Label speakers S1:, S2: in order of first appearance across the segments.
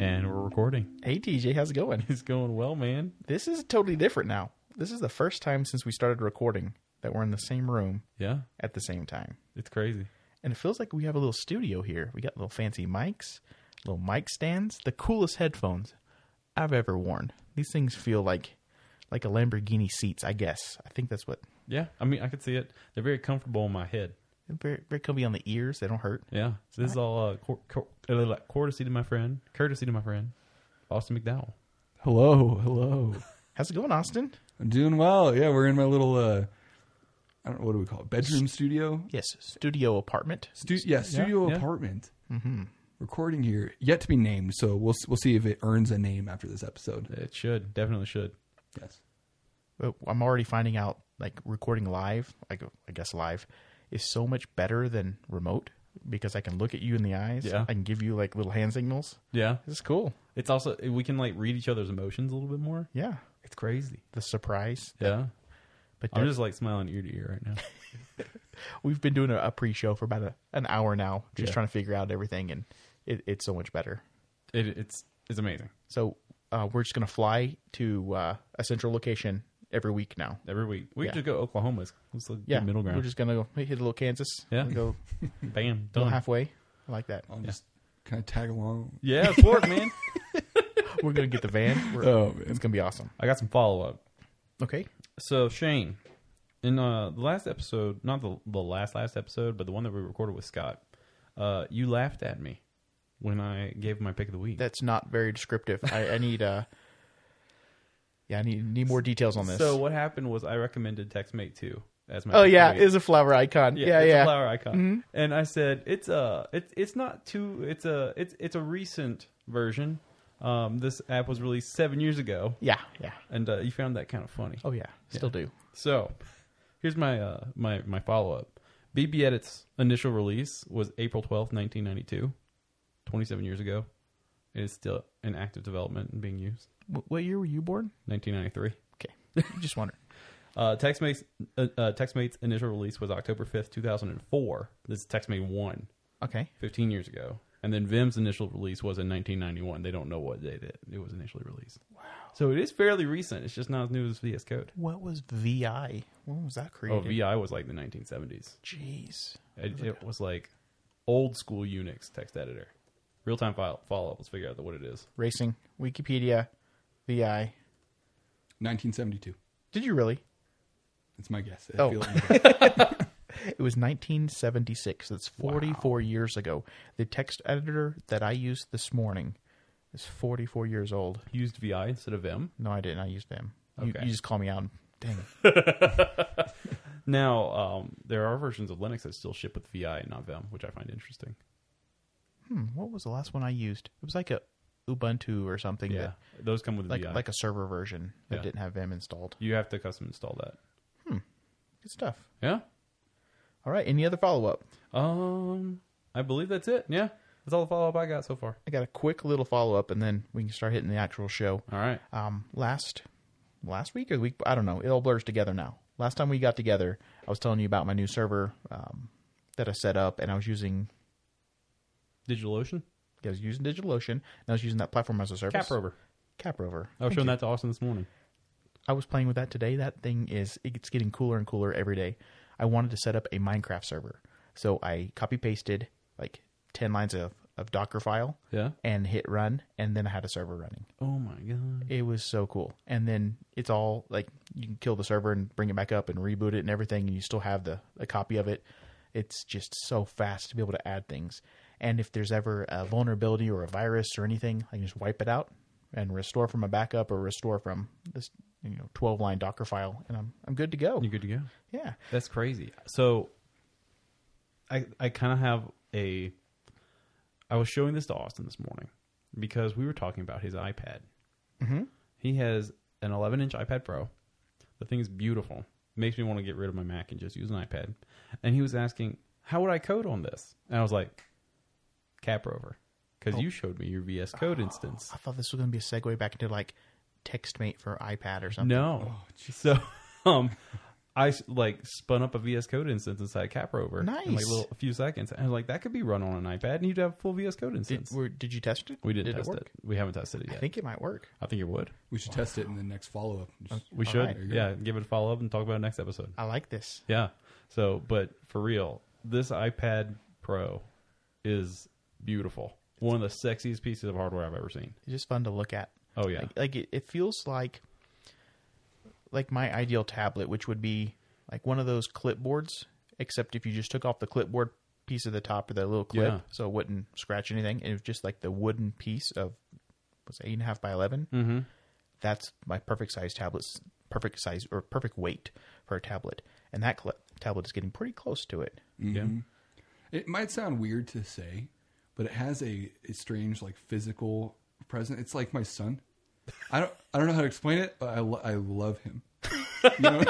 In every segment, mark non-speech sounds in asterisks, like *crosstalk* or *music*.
S1: And we're recording. *laughs*
S2: Hey TJ, how's it going? *laughs*
S1: It's going well, man.
S2: This is totally different now. This is the first time since we started recording that we're in the same room
S1: Yeah,
S2: at the same time.
S1: it's crazy.
S2: And it feels like we have a little studio here. We got little fancy mics, little mic stands, the coolest headphones I've ever worn. These things feel like like a Lamborghini seats, I guess. I think that's what
S1: Yeah, I mean, I could see it. They're very comfortable in my head.
S2: they're very very comfy on the ears, they don't hurt.
S1: Yeah, so this is all uh, cour- cour- uh, like courtesy to my friend, courtesy to my friend, Austin McDowell.
S3: Hello, hello.
S2: How's it going, Austin?
S3: I'm doing well. Yeah, we're in my little uh I don't know what do we call it? Bedroom studio?
S2: Yes, studio apartment.
S3: Stu- yeah, studio
S1: yeah.
S3: apartment. Recording here, yet to be named. So we'll we'll see if it earns a name after this episode.
S1: It should definitely should.
S3: Yes.
S2: But uh, I'm already finding out like recording live, I go, I guess live, is so much better than remote because I can look at you in the eyes.
S1: Yeah.
S2: I can give you like little hand signals.
S1: Yeah,
S2: This is cool.
S1: it's also we can like read each other's emotions a little bit more.
S2: Yeah,
S1: It's crazy.
S2: the surprise.
S1: Yeah,
S2: But
S1: I'm
S2: that-
S1: just like smiling ear to ear right now.
S2: we've been doing a, a pre-show for about a, an hour now, just
S1: Yeah.
S2: trying to figure out everything, and it, it's so much better.
S1: *laughs* It, it's it's amazing.
S2: So uh, we're just gonna fly to uh, a central location every week now.
S1: Every week we
S2: Yeah.
S1: could just go Oklahoma. It's, it's the
S2: Yeah,
S1: middle ground.
S2: We're just gonna go hit a little Kansas.
S1: Yeah.
S2: and go,
S1: Bam,
S2: go
S1: done.
S2: halfway. I like that.
S3: I'll just kind of tag along.
S1: yeah, pork man.
S2: We're gonna get the van. We're,
S3: Oh, man.
S2: it's gonna be awesome.
S1: *laughs* I got some follow up.
S2: Okay.
S1: So Shane, in uh, the last episode, not the the last last episode, but the one that we recorded with Scott, uh, you laughed at me when I gave my pick of the week.
S2: That's not very descriptive. I, I need. Uh, *laughs* yeah, I need need more details on this.
S1: So what happened was I recommended TextMate two as my.
S2: oh
S1: pick of
S2: yeah,
S1: the week.
S2: it's a flower icon. Yeah, Mm-hmm. yeah.
S1: it's a flower icon. And I said it's a it's it's not too it's a it's it's a recent version. Um, this app was released seven years ago,
S2: yeah, yeah.
S1: and uh, you found that kind of funny.
S2: Oh yeah, still do.
S1: So, here's my uh, my my follow up. BB Edit's initial release was April twelfth, nineteen ninety two, twenty seven years ago. It is still in active development and being used.
S2: Wh- What year were you born?
S1: Nineteen ninety three.
S2: Okay, just wondering.
S1: Uh, TextMate's uh, uh, TextMate's initial release was October fifth, two thousand and four. This is TextMate one.
S2: Okay,
S1: 15 years ago. And then Vim's initial release was in 1991. They don't know what date it, it was initially released. Wow. So it is fairly recent. It's just not as new as VS Code.
S2: what was VI? When was that
S1: Oh,
S2: created?
S1: VI was like the 1970s.
S2: Jeez.
S1: It, it was like old school Unix text editor. Real time file follow up. Let's figure out what it is.
S2: Racing, Wikipedia, VI.
S3: 1972.
S2: Did you really?
S3: That's my guess. I
S2: Oh.
S3: feel like-
S2: It was 1976. That's 44 years ago. The text editor that I used this morning is 44 years old.
S1: Used VI instead of Vim.
S2: No, I didn't. I used him. You,
S1: Okay.
S2: you just call me out. Dang.
S1: Now, um, there are versions of Linux that still ship with VI and not Vim, which I find interesting.
S2: Hmm, what was the last one I used? It was like a Ubuntu or something.
S1: Yeah.
S2: that-
S1: Those come with
S2: like
S1: VI.
S2: like a server version that
S1: Yeah.
S2: didn't have Vim installed.
S1: you have to custom install that.
S2: Good stuff.
S1: Yeah.
S2: All right. Any other follow up?
S1: Um, I believe that's it. Yeah, that's all the follow up I got so far.
S2: I got a quick little follow up, and then we can start hitting the actual show.
S1: All right.
S2: um, last last week or the week I don't know. It all blurs together now. Last time we got together, I was telling you about my new server um, that I set up, and I was using
S1: DigitalOcean.
S2: I was using DigitalOcean, and I was using that platform as a service.
S1: CapRover.
S2: CapRover.
S1: I was
S2: Thank
S1: showing
S2: you.
S1: that to Austin this morning.
S2: I was playing with that today. That thing is it's getting cooler and cooler every day. I wanted to set up a Minecraft server, so I copy pasted like ten lines of of Docker file
S1: Yeah.
S2: and hit run, and then I had a server running.
S1: Oh my god.
S2: It was so cool. And then it's all like you can kill the server and bring it back up and reboot it and everything, and you still have the a copy of it. It's just so fast to be able to add things. And if there's ever a vulnerability or a virus or anything, I can just wipe it out and restore from a backup or restore from this you know twelve line Docker file, and I'm I'm good to go.
S1: You good to go?
S2: Yeah.
S1: That's crazy. So, I I kind of have a. I was showing this to Austin this morning because we were talking about his iPad.
S2: Mhm.
S1: He has an 11 inch iPad Pro. The thing is beautiful. Makes me want to get rid of my Mac and just use an iPad. And he was asking, "How would I code on this?" And I was like, "Caprover," because you showed me your VS Code instance.
S2: I thought this was going to be a segue back into like TextMate for iPad or something.
S1: No. oh, so *laughs* um I s- like spun up a VS Code instance inside Caprover in like
S2: Nice.
S1: little, a few seconds. And I was like, that could be run on an iPad and you'd have a full VS Code
S2: Did,
S1: instance.
S2: were, did you test it?
S1: we didn't
S2: Did
S1: test
S2: work?
S1: it. We haven't tested it yet.
S2: I think it might work.
S1: I think it would.
S3: We should test it in the next follow up.
S1: We
S2: All
S1: should.
S2: right. Ah.
S3: There you go.
S1: Yeah, give it a follow up and talk about it next episode.
S2: I like this.
S1: Yeah. So, but for real, this iPad Pro is beautiful. One of the sexiest pieces of hardware I've ever seen.
S2: It's just fun to look at.
S1: Oh yeah.
S2: Like, like it, it feels like like my ideal tablet, which would be like one of those clipboards, except if you just took off the clipboard piece of the top or the little clip,
S1: Yeah.
S2: so it wouldn't scratch anything. and It was just like the wooden piece of was eight and a half by eleven.
S1: Mm-hmm.
S2: That's my perfect size tablets, perfect size or perfect weight for a tablet, and that cl- tablet is getting pretty close to it.
S1: Yeah.
S3: It might sound weird to say, but it has a, a strange like physical presence. It's like my son. I don't I don't know how to explain it, but I lo- I love him. You know?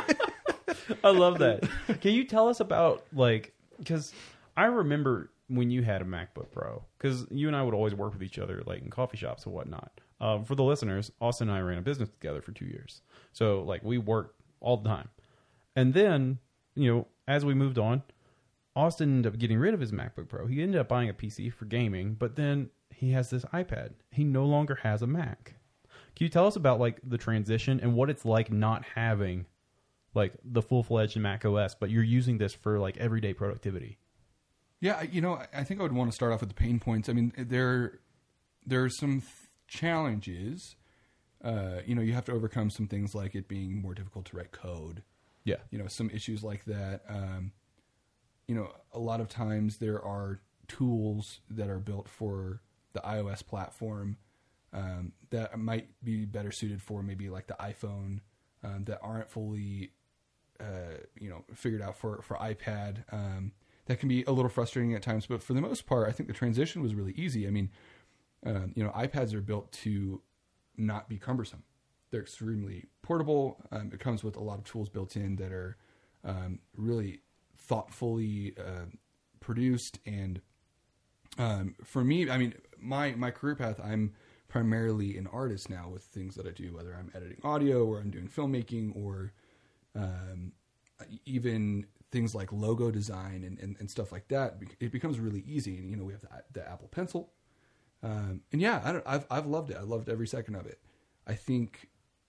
S1: *laughs* I love that. Can you tell us about like because I remember when you had a MacBook Pro because you and I would always work with each other like in coffee shops and whatnot. Um, for the listeners, Austin and I ran a business together for two years, so like we worked all the time. And then you know as we moved on, Austin ended up getting rid of his MacBook Pro. He ended up buying a PC for gaming, but then he has this iPad. He no longer has a Mac. Can you tell us about like the transition and what it's like not having like the full fledged Mac OS, but you're using this for like everyday productivity.
S3: Yeah, I- you know, I- I think I would want to start off with the pain points. I mean, there there are some th- challenges. Uh, you know, you have to overcome some things like it being more difficult to write code.
S1: Yeah.
S3: You know, some issues like that. Um, you know, a lot of times there are tools that are built for the iOS platform um, that might be better suited for maybe like the iPhone um, that aren't fully, uh, you know, figured out for for iPad. Um, that can be a little frustrating at times, but for the most part, I think the transition was really easy. I mean, um, you know, iPads are built to not be cumbersome. They're extremely portable. Um, it comes with a lot of tools built in that are um, really thoughtfully uh, produced. And um, for me, I mean, my my career path, I'm primarily an artist now with things that I do, whether I'm editing audio or I'm doing filmmaking or um, even things like logo design and, and, and stuff like that. It becomes really easy. And you know, we have the, the Apple Pencil, um, and yeah, I don't, I've I've loved it. I loved every second of it. I think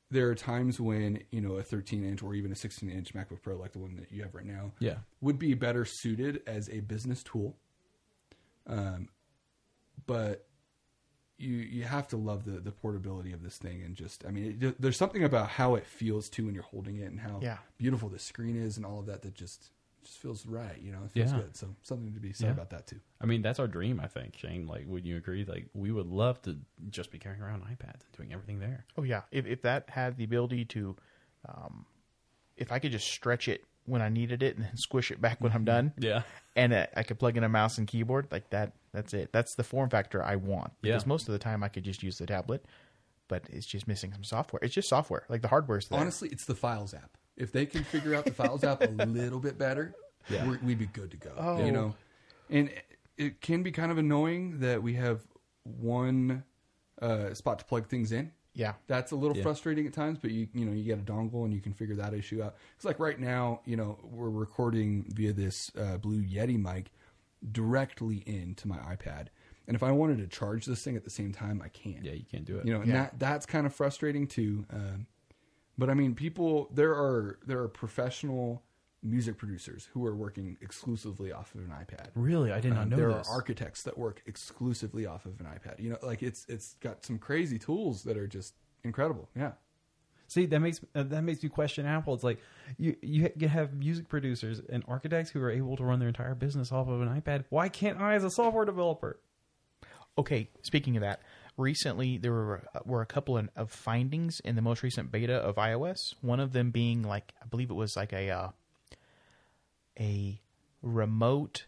S3: there are times when you know a 13 inch or even a 16 inch MacBook Pro, like the one that you have right now,
S1: Yeah.
S3: would be better suited as a business tool. Um, but you you have to love the the portability of this thing and just I mean it, there's something about how it feels too when you're holding it and how
S2: Yeah.
S3: beautiful the screen is and all of that that just just feels right. You know, it feels
S1: Yeah.
S3: good. So something to be said
S1: Yeah.
S3: about that too.
S1: I mean, that's our dream, I think, Shane. Like, would you agree? Like, we would love to just be carrying around iPads and doing everything there.
S2: Oh yeah, if if that had the ability to, um, if I could just stretch it when I needed it and then *laughs* squish it back when I'm done,
S1: Yeah.
S2: and uh, I could plug in a mouse and keyboard like that. That's it. That's the form factor I want because
S1: Yeah.
S2: most of the time I could just use the tablet, but it's just missing some software. It's just software. Like the hardware's there.
S3: Honestly, it's the Files app. If they can figure out the Files app a
S1: *laughs*
S3: little bit better,
S1: Yeah.
S3: we're, we'd be good to go.
S2: Oh.
S3: You know, and it can be kind of annoying that we have one uh, spot to plug things in.
S2: yeah.
S3: That's a little
S1: Yeah.
S3: frustrating at times, but you you know you get a dongle and you can figure that issue out. It's like right now, you know, we're recording via this uh, Blue Yeti mic directly into my iPad, and if I wanted to charge this thing at the same time, I can't
S1: Yeah, you can't do it.
S3: you know and
S2: Yeah.
S3: that that's kind of frustrating too um, but i mean people there are there are professional music producers who are working exclusively off of an ipad
S1: really? I did not
S3: Um,
S1: know
S3: there
S1: this.
S3: are architects that work exclusively off of an ipad you know like it's it's got some crazy tools that are just incredible yeah
S1: See, that makes uh, that makes me question Apple. It's like you you ha- have music producers and architects who are able to run their entire business off of an iPad. Why can't I, as a software developer?
S2: Okay. Speaking of that, recently there were uh, were a couple of, of findings in the most recent beta of iOS. One of them being like I believe it was like a uh, a remote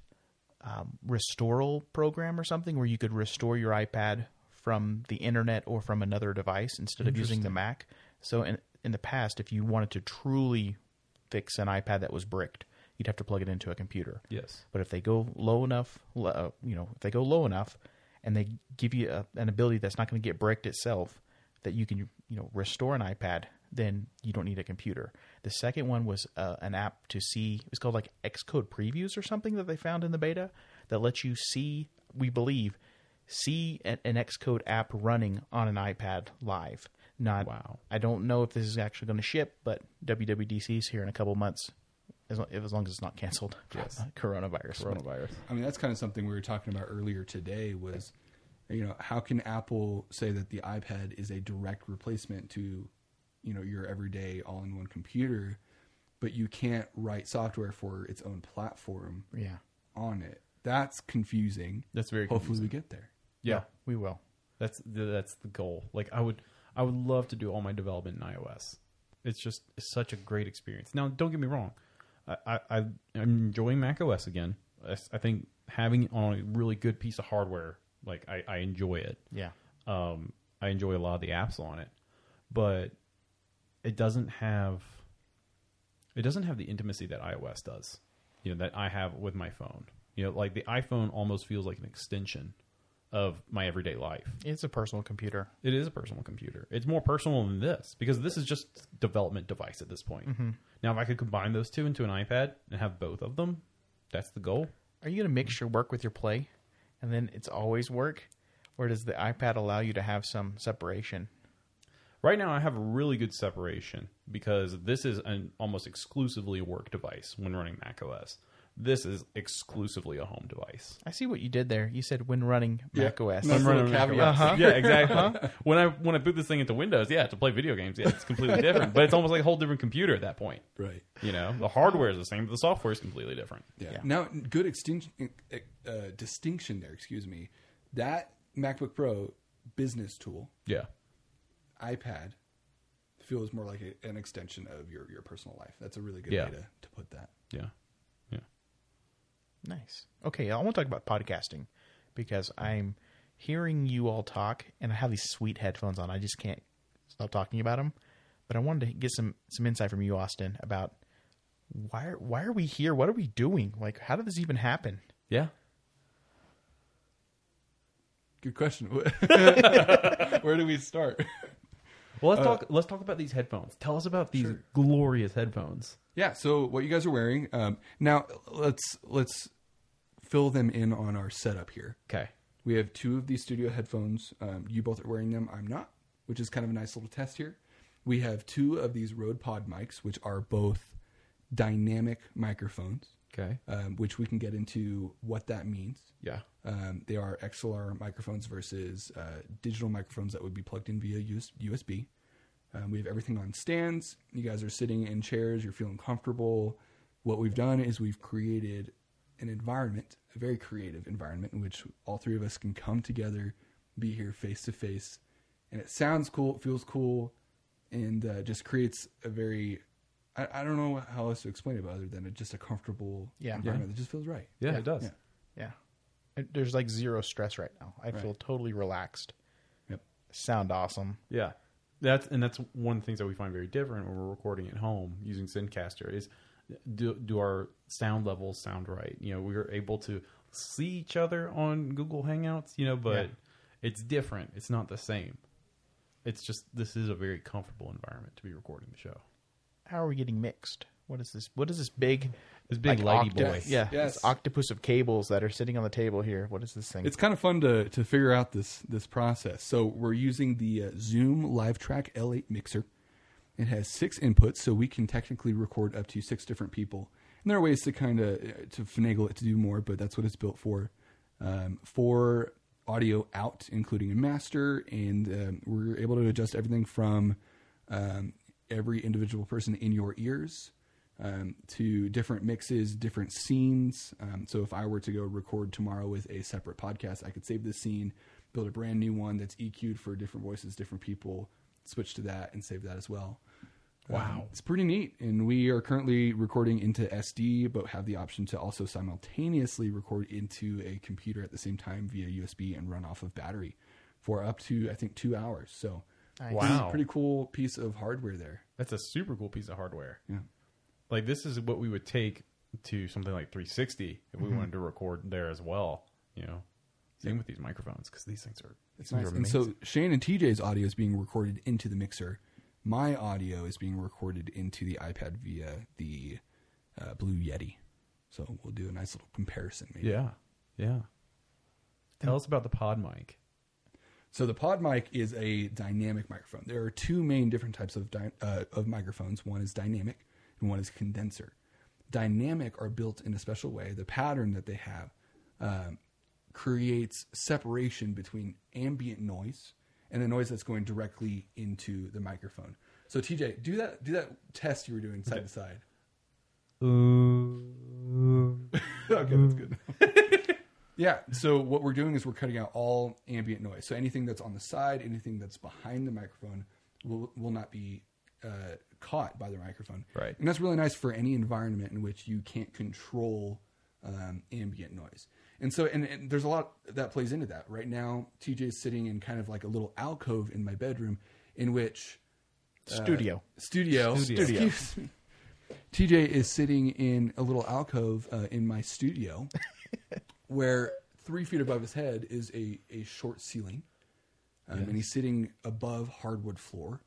S2: um, restoral program or something where you could restore your iPad from the internet or from another device instead of using the Mac. So in in the past, if you wanted to truly fix an iPad that was bricked, you'd have to plug it into a computer.
S1: Yes.
S2: But if they go low enough, lo- uh, you know, if they go low enough, and they give you a, an ability that's not going to get bricked itself, that you can you know restore an iPad, then you don't need a computer. The second one was uh, an app to see. It was called like Xcode Previews or something that they found in the beta that lets you see. We believe see an, an Xcode app running on an iPad live. Not
S1: Wow.
S2: I don't know if this is actually going to ship, but WWDC is here in a couple months, as long, as long as it's not canceled. for coronavirus. But-
S1: Coronavirus.
S3: I mean, that's kind of something we were talking about earlier today was, you know, how can Apple say that the iPad is a direct replacement to, you know, your everyday all in one computer, but you can't write software for its own platform
S2: Yeah.
S3: on it? That's confusing.
S1: That's very
S3: Hopefully we get there.
S1: Yeah.
S2: we will.
S1: That's the, that's the goal. Like I would I would love to do all my development in iOS. It's just it's such a great experience. Now, don't get me wrong. I, I, I am enjoying Mac OS again. I, s- I think having it on a really good piece of hardware, like I, I enjoy it.
S2: Yeah.
S1: Um, I enjoy a lot of the apps on it, but it doesn't have it doesn't have the intimacy that iOS does. You know that I have with my phone. You know, like the iPhone almost feels like an extension of my everyday life.
S2: It's a personal computer.
S1: It is a personal computer. It's more personal than this because this is just development device at this point. Now, if I could combine those two into an iPad and have both of them, that's the goal.
S2: Are you going to mix your work with your play and then it's always work? Or does the iPad allow you to have some separation?
S1: Right now, I have a really good separation because this is an almost exclusively a work device when running Mac OS. This is exclusively a home device.
S2: I see what you did there. You said when running Mac OS.
S3: No, That's a little caveat.
S1: OS. Uh-huh. Yeah, exactly. When I when I boot this thing into Windows, yeah, to play video games, yeah, it's completely different. But it's almost like a whole different computer at that point.
S3: Right.
S1: You know, the hardware is the same, but the software is completely different.
S3: Yeah.
S2: Yeah.
S3: Now, good extinction, uh, distinction there. Excuse me. That MacBook Pro business tool
S1: Yeah.
S3: iPad feels more like a, an extension of your, your personal life. That's a really good
S1: Yeah.
S3: way to, to put that.
S1: Yeah. Yeah.
S2: Nice. Okay, I want to talk about podcasting because I'm hearing you all talk, and I have these sweet headphones on. I just can't stop talking about them. But I wanted to get some some insight from you, Austin, about why are, why are we here? What are we doing? Like, how did this even happen?
S1: Yeah.
S3: Good question. *laughs* Where do we start? *laughs*
S1: Well, let's talk. Let's talk about these headphones. Tell us about these glorious headphones.
S3: Yeah. So what you guys are wearing um, now? Let's let's fill them in on our setup here.
S1: Okay.
S3: We have two of these studio headphones. Um, you both are wearing them. I'm not, which is kind of a nice little test here. We have two of these Rode Pod mics, which are both dynamic microphones,
S1: Okay.
S3: um, which we can get into what that means.
S1: Yeah.
S3: Um, they are XLR microphones versus uh, digital microphones that would be plugged in via US- USB. Um, we have everything on stands. You guys are sitting in chairs. You're feeling comfortable. What we've done is we've created an environment, a very creative environment, in which all three of us can come together, be here face to face, and it sounds cool. It feels cool, and uh, just creates a very I, I don't know how else to explain it other than it's just a comfortable
S2: Yeah.
S3: environment that just feels right.
S1: Yeah, it does.
S3: yeah.
S2: Yeah, And Uh, there's like zero stress right now. I feel totally relaxed.
S3: Yep.
S2: Sound awesome.
S1: Yeah. That's and that's one of the things that we find very different when we're recording at home using ZenCaster is do do our sound levels sound right? You know, we are able to see each other on Google Hangouts, you know, but
S2: Yeah.
S1: it's different. It's not the same. It's just this is a very comfortable environment to be recording the show.
S2: How are we getting mixed? What is this? What is this big?
S1: This big lighty boy.
S2: Yeah,
S3: Yes.
S2: this octopus of cables that are sitting on the table here. What is this thing?
S3: It's kind of fun to to figure out this this process. So we're using the uh, Zoom LiveTrack L8 mixer. It has six inputs, so we can technically record up to six different people. And there are ways to kind of to finagle it to do more, but that's what it's built for. Um, for audio out, including a master, and um, we're able to adjust everything from um, every individual person in your ears um, to different mixes, different scenes. Um, so if I were to go record tomorrow with a separate podcast, I could save this scene, build a brand new one that's EQ'd for different voices, different people, switch to that and save that as well. Wow. it's pretty neat. And we are currently recording into SD, but have the option to also simultaneously record into a computer at the same time via USB and run off of battery for up to, I think, two hours. So
S2: Nice.
S3: this is a
S1: Wow.
S3: pretty cool piece of hardware there.
S1: That's a super cool piece of hardware.
S3: Yeah.
S1: Like this is what we would
S3: Mm-hmm.
S1: take to something like 360 if we wanted to record there as well. You know, Same with these microphones because these things are.
S3: It's nice. And so Shane and TJ's audio is being recorded into the mixer. My audio is being recorded into the iPad via the uh, Blue Yeti. So we'll do a nice little comparison. Maybe.
S1: Yeah, yeah. Tell us about the pod mic.
S3: So the pod mic is a dynamic microphone. There are two main different types of dy- uh, of microphones. One is dynamic, and one is condenser. Dynamic are built in a special way. The pattern that they have um, creates separation between ambient noise and the noise that's going directly into the microphone. So TJ, do that do that test you were doing side to side. *laughs* okay, that's good. *laughs* yeah. So what we're doing is we're cutting out all ambient noise. So anything that's on the side, anything that's behind the microphone, will will not be uh, caught by the microphone.
S1: Right.
S3: And that's really nice for any environment in which you can't control um, ambient noise. And so, and, and there's a lot that plays into that. Right now, TJ is sitting in kind of like a little alcove in my bedroom, in which
S2: Studio.
S3: studio.
S1: Studio.
S3: Excuse me. TJ is sitting in a little alcove uh, in my
S1: *laughs*
S3: studio, where three feet above his head is a a short ceiling, um, and he's sitting above hardwood floor.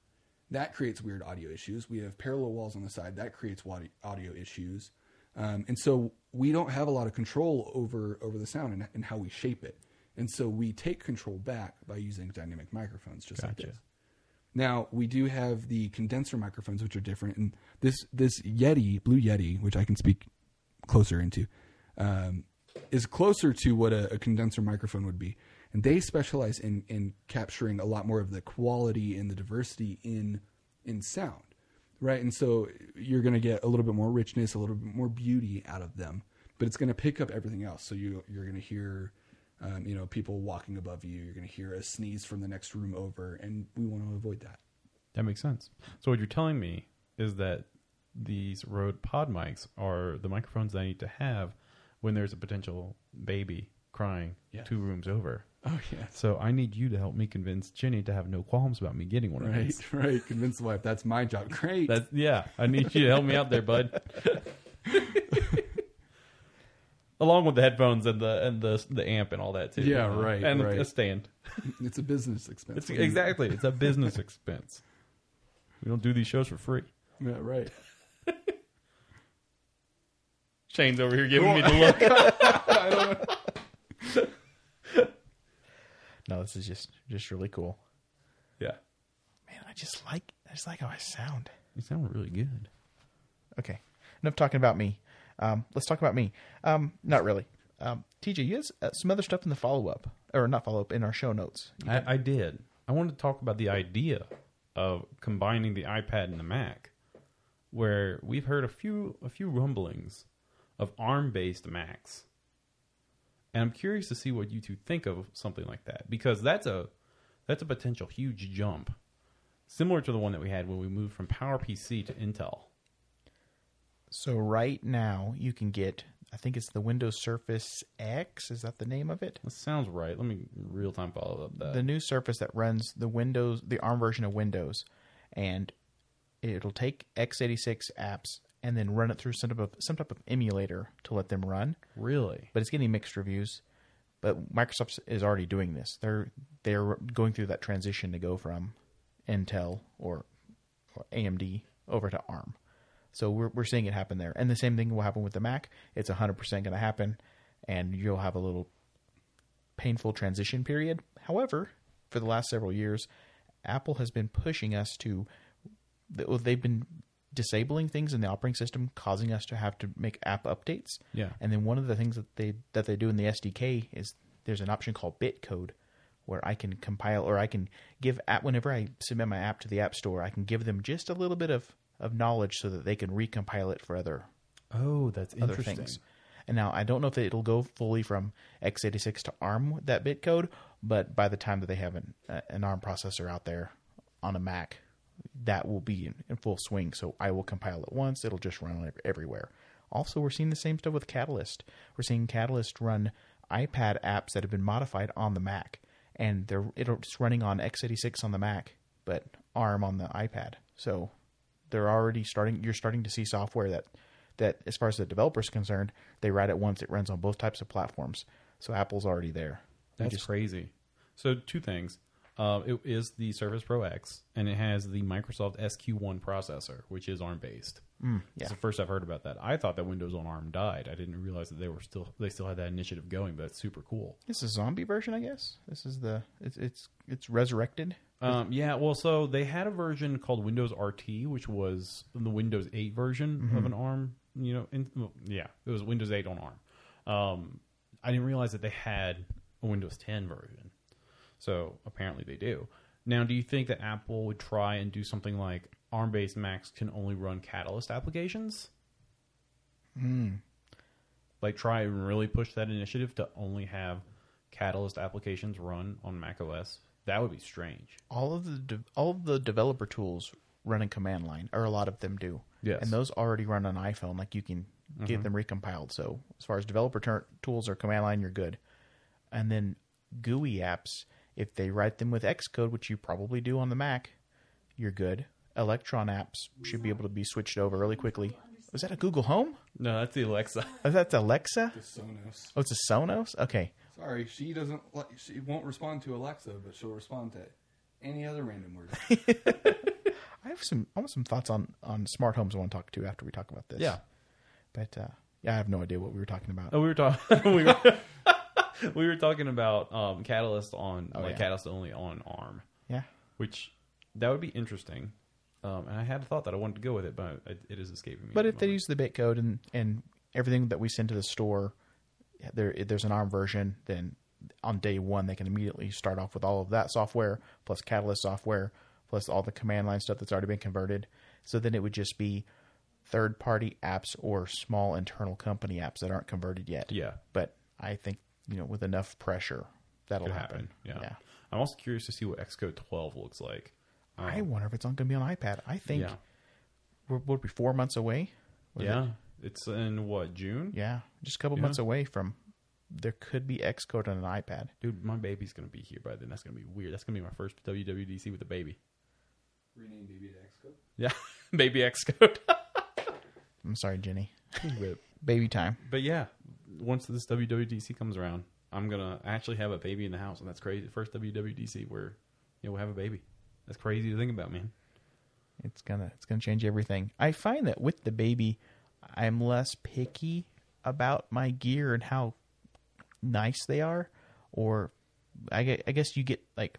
S3: That creates weird audio issues. We have parallel walls on the side. That creates wadi- audio issues, um, and so we don't have a lot of control over over the sound and, and how we shape it. And so we take control back by using dynamic microphones, just like
S1: Gotcha.
S3: this. Now we do have the condenser microphones, which are different, and this this Yeti Blue Yeti, which I can speak closer into, um, is closer to what a, a condenser microphone would be, and they specialize in in capturing a lot more of the quality and the diversity in in sound, right? And so you're going to get a little bit more richness, a little bit more beauty out of them, but it's going to pick up everything else. So you you're going to hear um, you know, people walking above you. You're going to hear a sneeze from the next room over, and we want to avoid that.
S1: That makes sense. So what you're telling me is that these Rode pod mics are the microphones I need to have when there's a potential baby crying
S3: Yes.
S1: two rooms over.
S3: Oh yes,
S1: So I need you to help me convince Jenny to have no qualms about me getting one of
S3: right, *laughs*
S1: these.
S3: right. Convince the wife. That's my job. Great.
S1: That's yeah. I need you to help me out there, *laughs* bud. Along with the headphones and the and the the amp and all that too.
S3: Yeah, right,
S1: And
S3: right.
S1: a stand.
S3: it's a business expense.
S1: It's exactly. It's a business expense. We don't do these shows for free.
S3: Yeah, right.
S1: Shane's over here giving me the look.
S2: No, this is just just really cool.
S1: *laughs* yeah.
S2: Man, I just like I just like how I sound.
S1: You sound really good.
S2: Okay, enough talking about me. Um, let's talk about me. Um, not really. Um, TJ, you has uh, some other stuff in the follow up or not follow up in our show notes.
S1: I, I did. I wanted to talk about the idea of combining the iPad and the Mac, where we've heard a few a few rumblings of ARM based Macs, and I'm curious to see what you two think of something like that because that's a that's a potential huge jump, similar to the one that we had when we moved from PowerPC to Intel.
S2: So right now you can get I think it's the Windows Surface X. Is that the name of it?
S1: That sounds right. Let me real time follow up that.
S2: the new Surface that runs the Windows, the ARM version of Windows, and it'll take x86 apps and then run it through some type of some type of emulator to let them run.
S1: really?
S2: But it's getting mixed reviews. But Microsoft is already doing this. They're they're going through that transition to go from Intel or, or AMD over to ARM. So we're we're seeing it happen there, and the same thing will happen with the Mac. It's hundred percent going to happen, and you'll have a little painful transition period. However, for the last several years, Apple has been pushing us to, th- well, they've been disabling things in the operating system, causing us to have to make app updates.
S1: Yeah.
S2: And then one of the things that they that they do in the SDK is there's an option called Bitcode, where I can compile or I can give app whenever I submit my app to the App Store, I can give them just a little bit of of knowledge so that they can recompile it for other
S1: Oh, that's
S2: other things. And now I don't know if it'll go fully from x86 to ARM with that bit code, but by the time that they have an, uh, an ARM processor out there on a Mac, that will be in, in full swing. So I will compile it once; it'll just run ev- everywhere. Also, we're seeing the same stuff with Catalyst. We're seeing Catalyst run iPad apps that have been modified on the Mac, and they're it'll, it's running on x86 on the Mac, but ARM on the iPad. So they're already starting you're starting to see software that that as far as the developer's concerned they write it once it runs on both types of platforms so apple's already there
S1: That's
S2: just-
S1: crazy. So two things. Uh, it is the Surface Pro X, and it has the Microsoft SQ1 processor, which is ARM based.
S2: Mm, yeah.
S1: It's the first I've heard about that. I thought that Windows on ARM died. I didn't realize that they were still they still had that initiative going. But it's super cool.
S2: This is a zombie version, I guess. This is the it's it's it's resurrected.
S1: Um, yeah, well, so they had a version called Windows RT, which was the Windows 8 version of an ARM. You know, in, well, yeah, it was Windows 8 on ARM. Um, I didn't realize that they had a Windows 10 version. So apparently they do. Now, do you think that Apple would try and do something like ARM-based Macs can only run Catalyst applications? Like try and really push that initiative to only have Catalyst applications run on Mac OS? That would be strange.
S2: All of the de- all of the developer tools run in command line, or a lot of them do.
S1: Yes.
S2: and those already run on iPhone. Like you can get them recompiled. So as far as developer tur tools or command line, you're good. And then GUI apps, if they write them with Xcode, which you probably do on the Mac, you're good. Electron apps should be able to be switched over really quickly. Was that a Google Home?
S1: No, that's the Alexa. *laughs*
S2: Oh, that's Alexa.
S3: The Sonos.
S2: Oh, it's a Sonos. Okay.
S3: Sorry, she doesn't. Like, she won't respond to Alexa, but she'll respond to any other
S1: *laughs*
S3: random word.
S2: I have some I want some thoughts on on smart homes I want to talk to after we talk about this.
S1: Yeah.
S2: But uh yeah, I have no idea what we were talking about.
S1: Oh, we were talking. *laughs* we, were, we were talking about um, Catalyst on like
S2: Oh, yeah.
S1: Catalyst only on ARM,
S2: Yeah.
S1: which that would be interesting. Um, and I had a thought that I wanted to go with it, but it, it is escaping me.
S2: But
S1: at
S2: if
S1: the
S2: they
S1: moment.
S2: use the bit code and and everything that we send to the store there there's an ARM version, then on day 1 they can immediately start off with all of that software plus Catalyst software plus all the command line stuff that's already been converted. So then it would just be third party apps or small internal company apps that aren't converted yet.
S1: yeah,
S2: But I think, you know, with enough pressure that'll
S1: could
S2: happen.
S1: happen. Yeah. I'm also curious to see what Xcode 12 looks like. Um,
S2: I wonder if it's not going to be on iPad. I think
S1: Oh. yeah,
S2: we're, we're be four months away. What is
S1: yeah.
S2: it?
S1: It's in what June?
S2: yeah, just a couple
S1: Yeah.
S2: months away from. There could be Xcode on an iPad.
S1: Dude, my baby's gonna be here by then. That's gonna be weird. That's gonna be my first WWDC with a baby.
S3: Rename baby to Xcode.
S1: Yeah, *laughs* baby Xcode. *laughs*
S2: I'm sorry, Jenny.
S1: Rip.
S2: Baby time.
S1: But yeah, once this WWDC comes around, I'm gonna actually have a baby in the house, and that's crazy. First WWDC where you know we have a baby. That's crazy to think about, man.
S2: It's gonna it's gonna change everything. I find that with the baby, I'm less picky about my gear and how nice they are, or I gue- I guess you get like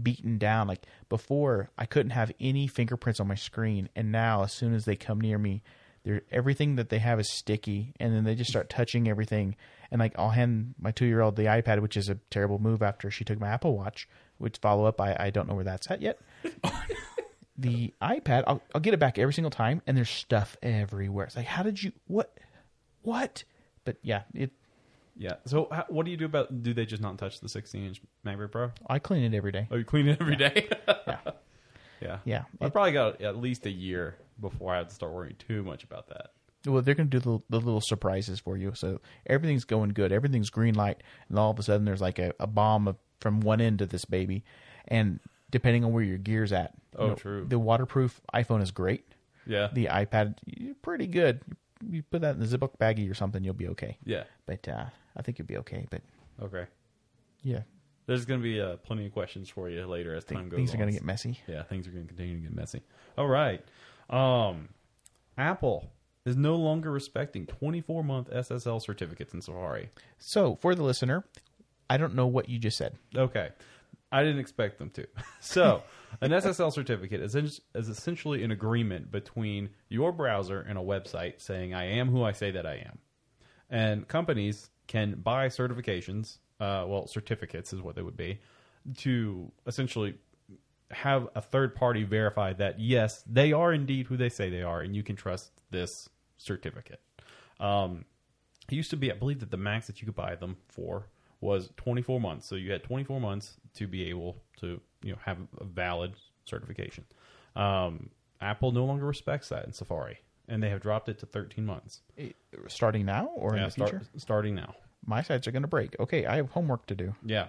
S2: beaten down. Like before, I couldn't have any fingerprints on my screen, and now as soon as they come near me, they're everything that they have is sticky, and then they just start touching everything. And like I'll hand my two year old the iPad, which is a terrible move after she took my Apple Watch. Which follow up, I, I don't know where that's at yet. the iPad, I'll, I'll get it back every single time, and there's stuff everywhere. It's like, how did you what what? But yeah, it
S1: Yeah. So how, what do you do about? Do they just not touch the 16 inch MacBook Pro?
S2: I clean it every day.
S1: Oh, you clean it every day. *laughs* yeah. yeah.
S2: *laughs* Yeah.
S1: I probably got at least a year before I had to start worrying too much about that.
S2: Well, they're going to do the, the little surprises for you. So everything's going good. Everything's green light. And all of a sudden, there's like a, a bomb of, from one end to this baby. And depending on where your gear's at, you
S1: Oh, true.
S2: The waterproof iPhone is great.
S1: Yeah.
S2: The iPad, you're pretty good. You, you put that in a Ziploc baggie or something, you'll be okay.
S1: yeah.
S2: But uh, I think you'll be okay. But
S1: Okay.
S2: yeah,
S1: There's gonna be uh, plenty of questions for you later as time goes.
S2: things are
S1: on.
S2: going to get messy.
S1: Yeah, things are going to continue to get messy. All right. Um, Apple is no longer respecting 24 month SSL certificates in Safari.
S2: So for the listener, I don't know what you just said.
S1: Okay. I didn't expect them to. *laughs* So, an SSL certificate is, is essentially an agreement between your browser and a website saying, I am who I say that I am. And companies can buy certifications, uh, well, certificates is what they would be, to essentially have a third party verify that, yes, they are indeed who they say they are, and you can trust this certificate. Um, it used to be, I believe, that the max that you could buy them for was 24 months. So you had 24 months to be able to, you know, have a valid certification. Um, Apple no longer respects that in Safari, and they have dropped it to 13 months.
S2: It- starting now or in
S1: Yeah,
S2: the
S1: start-
S2: future,
S1: starting now.
S2: my sides are going to break. Okay, I have homework to do.
S1: Yeah.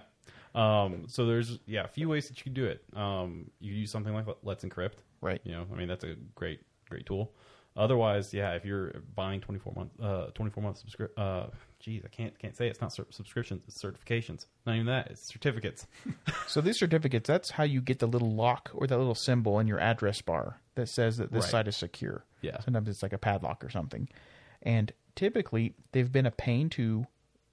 S1: Um, so there's yeah a few ways that you can do it. Um, you use something like Let's Encrypt,
S2: Right.
S1: You know, I mean that's a great great tool. Otherwise, yeah, if you're buying 24 month uh 24 month subscription uh geez, I can't can't say it's not cer- subscriptions, it's certifications. Not even that, it's
S2: *laughs*
S1: certificates.
S2: So these certificates, that's how you get the little lock or that little symbol in your address bar that says that this
S1: Right.
S2: site is secure.
S1: Yeah.
S2: Sometimes it's like a padlock or something. And typically they've been a pain to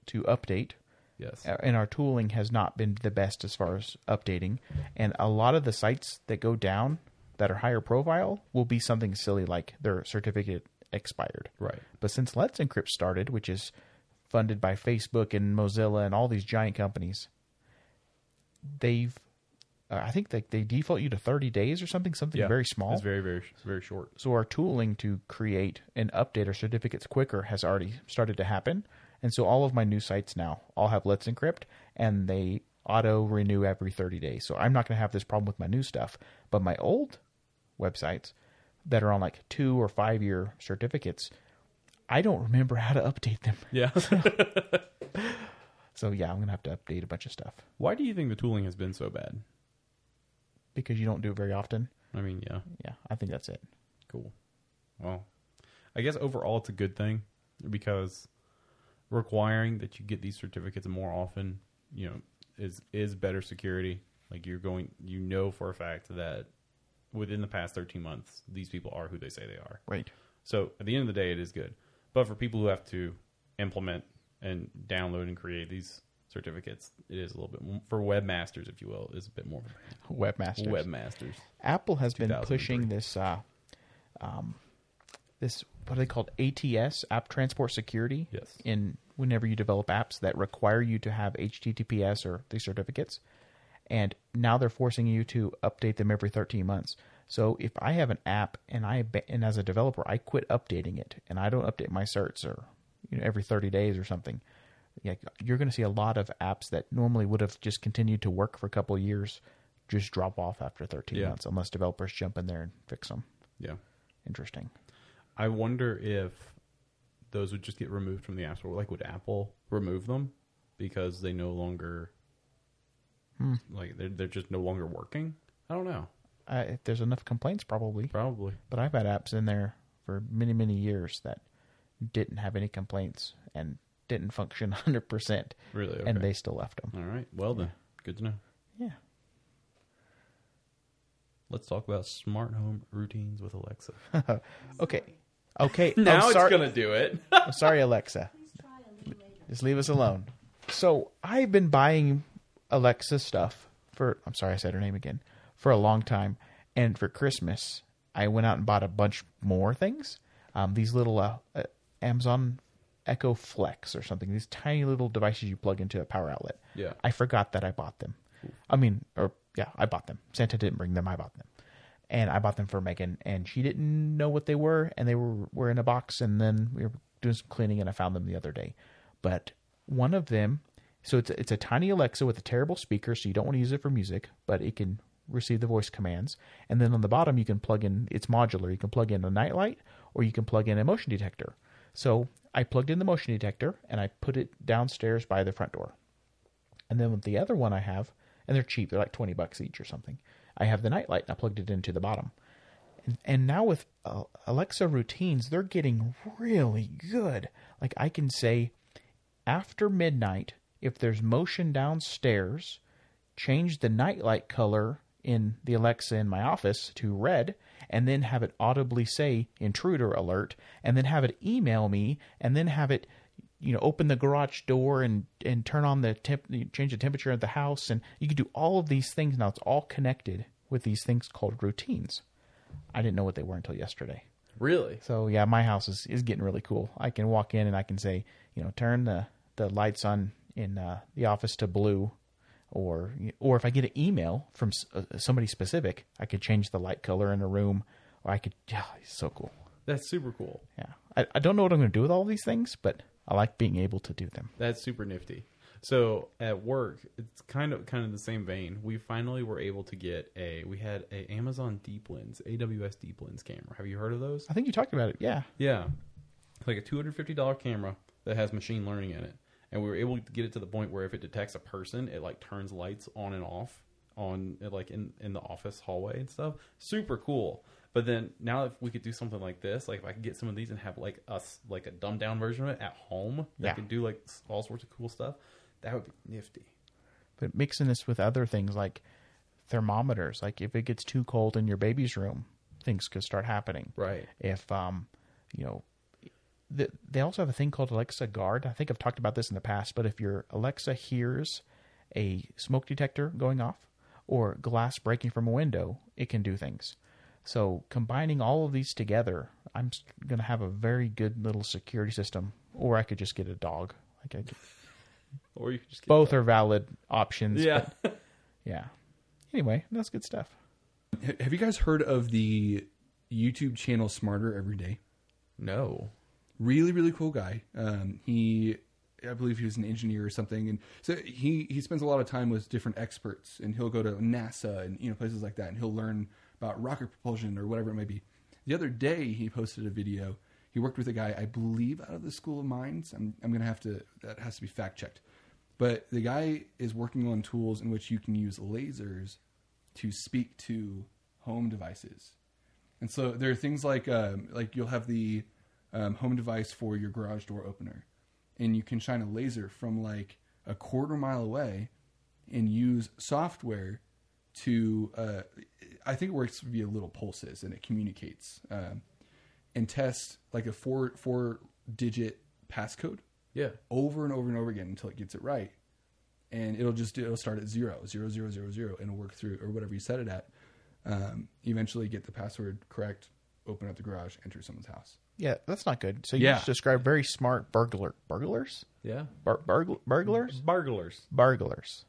S2: to update
S1: Yes.
S2: uh, and our tooling has not been the best as far as updating. And a lot of the sites that go down that are higher profile will be something silly like their certificate expired.
S1: Right.
S2: But since Let's Encrypt started, which is funded by Facebook and Mozilla and all these giant companies, they've uh, I think they, they default you to 30 days or something, something
S1: Yeah.
S2: very small.
S1: It's very very it's very short.
S2: So our tooling to create and update our certificates quicker has already started to happen. And so all of my new sites now all have Let's Encrypt and they auto renew every 30 days. So I'm not going to have this problem with my new stuff, but my old websites that are on like 2 or 5 year certificates, I don't remember how to update them.
S1: Yeah.
S2: So yeah, I'm going to have to update a bunch of stuff
S1: *laughs* Why do you think the tooling has been so bad?
S2: because you don't do it very often.
S1: I mean, yeah.
S2: Yeah, I think that's it.
S1: Cool. Well, I guess overall it's a good thing because requiring that you get these certificates more often, you know, is is better security. Like you're going, you know for a fact that within the past 13 months, these people are who they say they are.
S2: Right.
S1: So at the end of the day, it is good. But for people who have to implement and download and create these certificates, it is a little bit more, for webmasters, if you will, is a bit more of a
S2: Webmasters.
S1: pain. webmasters.
S2: Apple has been
S1: 2003.
S2: pushing this, uh, um, this what are they called ATS, App Transport Security.
S1: Yes.
S2: In whenever you develop apps that require you to have HTTPS or these certificates, and now they're forcing you to update them every 13 months. So if I have an app and I ab- and as a developer I quit updating it and I don't update my certs or you know every 30 days or something, yeah, you're going to see a lot of apps that normally would have just continued to work for a couple of years just drop off after 13
S1: Yeah.
S2: months unless developers jump in there and fix them.
S1: Yeah.
S2: Interesting.
S1: I wonder if those would just get removed from the App Store. Like, would Apple remove them because they no longer,
S2: Hmm.
S1: like, they're they're just no longer working? I don't know.
S2: Uh, if there's enough complaints, probably.
S1: Probably.
S2: But I've had apps in there for many, many years that didn't have any complaints and didn't function *laughs* 100%.
S1: Really? Okay.
S2: And they still left them.
S1: All right. Well then, good to know.
S2: Yeah.
S1: Let's talk about smart home routines with
S2: *laughs*
S1: Alexa.
S2: Okay.
S1: *laughs*
S2: Okay.
S1: now
S2: oh,
S1: it's
S2: sorry,
S1: gonna do it. *laughs*
S2: I'm Oh, sorry, Alexa.
S4: Please try a little later.
S2: Just leave us alone. So I've been buying Alexa stuff for, I'm sorry, I said her name again, for a long time. And for Christmas, I went out and bought a bunch more things. Um, these little uh, uh, Amazon Echo Flex or something, these tiny little devices you plug into a power outlet.
S1: Yeah.
S2: I forgot that I bought them. I mean, or yeah, I bought them. Santa didn't bring them, I bought them. And I bought them for Megan, and she didn't know what they were, and they were, were in a box. And then we were doing some cleaning, and I found them the other day. But one of them, so it's it's a tiny Alexa with a terrible speaker, so you don't want to use it for music, but it can receive the voice commands. And then on the bottom, you can plug in. It's modular. You can plug in a nightlight, or you can plug in a motion detector. So I plugged in the motion detector, and I put it downstairs by the front door. And then with the other one I have, and they're cheap, they're like 20 bucks each or something. I have the nightlight and I plugged it into the bottom. And, and now with uh, Alexa routines, they're getting really good. Like I can say, after midnight, if there's motion downstairs, change the nightlight color in the Alexa in my office to red, and then have it audibly say intruder alert, and then have it email me, and then have it you know open the garage door and and turn on the temp change the temperature of the house and you can do all of these things now it's all connected with these things called routines i didn't know what they were until yesterday
S1: Really?
S2: so yeah my house is, is getting really cool i can walk in and i can say you know turn the the lights on in uh, the office to blue or or if i get an email from s- uh, somebody specific i could change the light color in a room or i could yeah it's so cool
S1: That's super cool.
S2: yeah i, I don't know what i'm going to do with all these things but i like being able to do them
S1: That's super nifty. So at work, it's kind of kind of the same vein. We finally were able to get a we had a Amazon Deep Lens, AWS Deep Lens camera. Have you heard of those?
S2: I think you talked about it. Yeah.
S1: Yeah. It's like a $250 camera that has machine learning in it. And we were able to get it to the point where if it detects a person, it like turns lights on and off on like in in the office hallway and stuff. Super cool. But then now if we could do something like this, like if I could get some of these and have like us like a dumbed down version of it at home that
S2: Yeah.
S1: could do like s- all sorts of cool stuff, that would be nifty.
S2: But mixing this with other things like thermometers, like if it gets too cold in your baby's room, things could start happening.
S1: Right.
S2: If um, you know, th- they also have a thing called Alexa Guard. I think I've talked about this in the past, but if your Alexa hears a smoke detector going off or glass breaking from a window, it can do things. So combining all of these together, I'm going to have a very good little security system. Or I could just get a dog. Like I could,
S1: Or you could just get
S2: both are valid options. *laughs*
S1: Yeah.
S2: Yeah. Anyway, that's good stuff.
S3: Ha- Have you guys heard of the YouTube channel Smarter Every Day?
S1: no.
S3: really really cool guy um, he i believe he was an engineer or something and so he he spends a lot of time with different experts and he'll go to nasa and you know places like that and he'll learn about rocket propulsion or whatever it may be the other day he posted a video he worked with a guy i believe out of the school of mines i'm, I'm gonna have to that has to be fact checked but the guy is working on tools in which you can use lasers to speak to home devices and so there are things like um, like you'll have the um, home device for your garage door opener, and you can shine a laser from like a quarter mile away, and use software to. Uh, I think it works via little pulses, and it communicates um, and tests like a four four digit passcode
S1: Yeah.
S3: over and over and over again until it gets it right. And it'll just it'll start at zero, zero, zero, zero, zero, and it'll work through or whatever you set it at. Um, eventually get the password correct, open up the garage, enter someone's house.
S2: Yeah, that's not good. So you
S3: Yeah.
S2: just described very smart burglar burglars,
S1: Yeah.
S2: Bur- burgl- burglars,
S1: Burglars.
S2: burglars.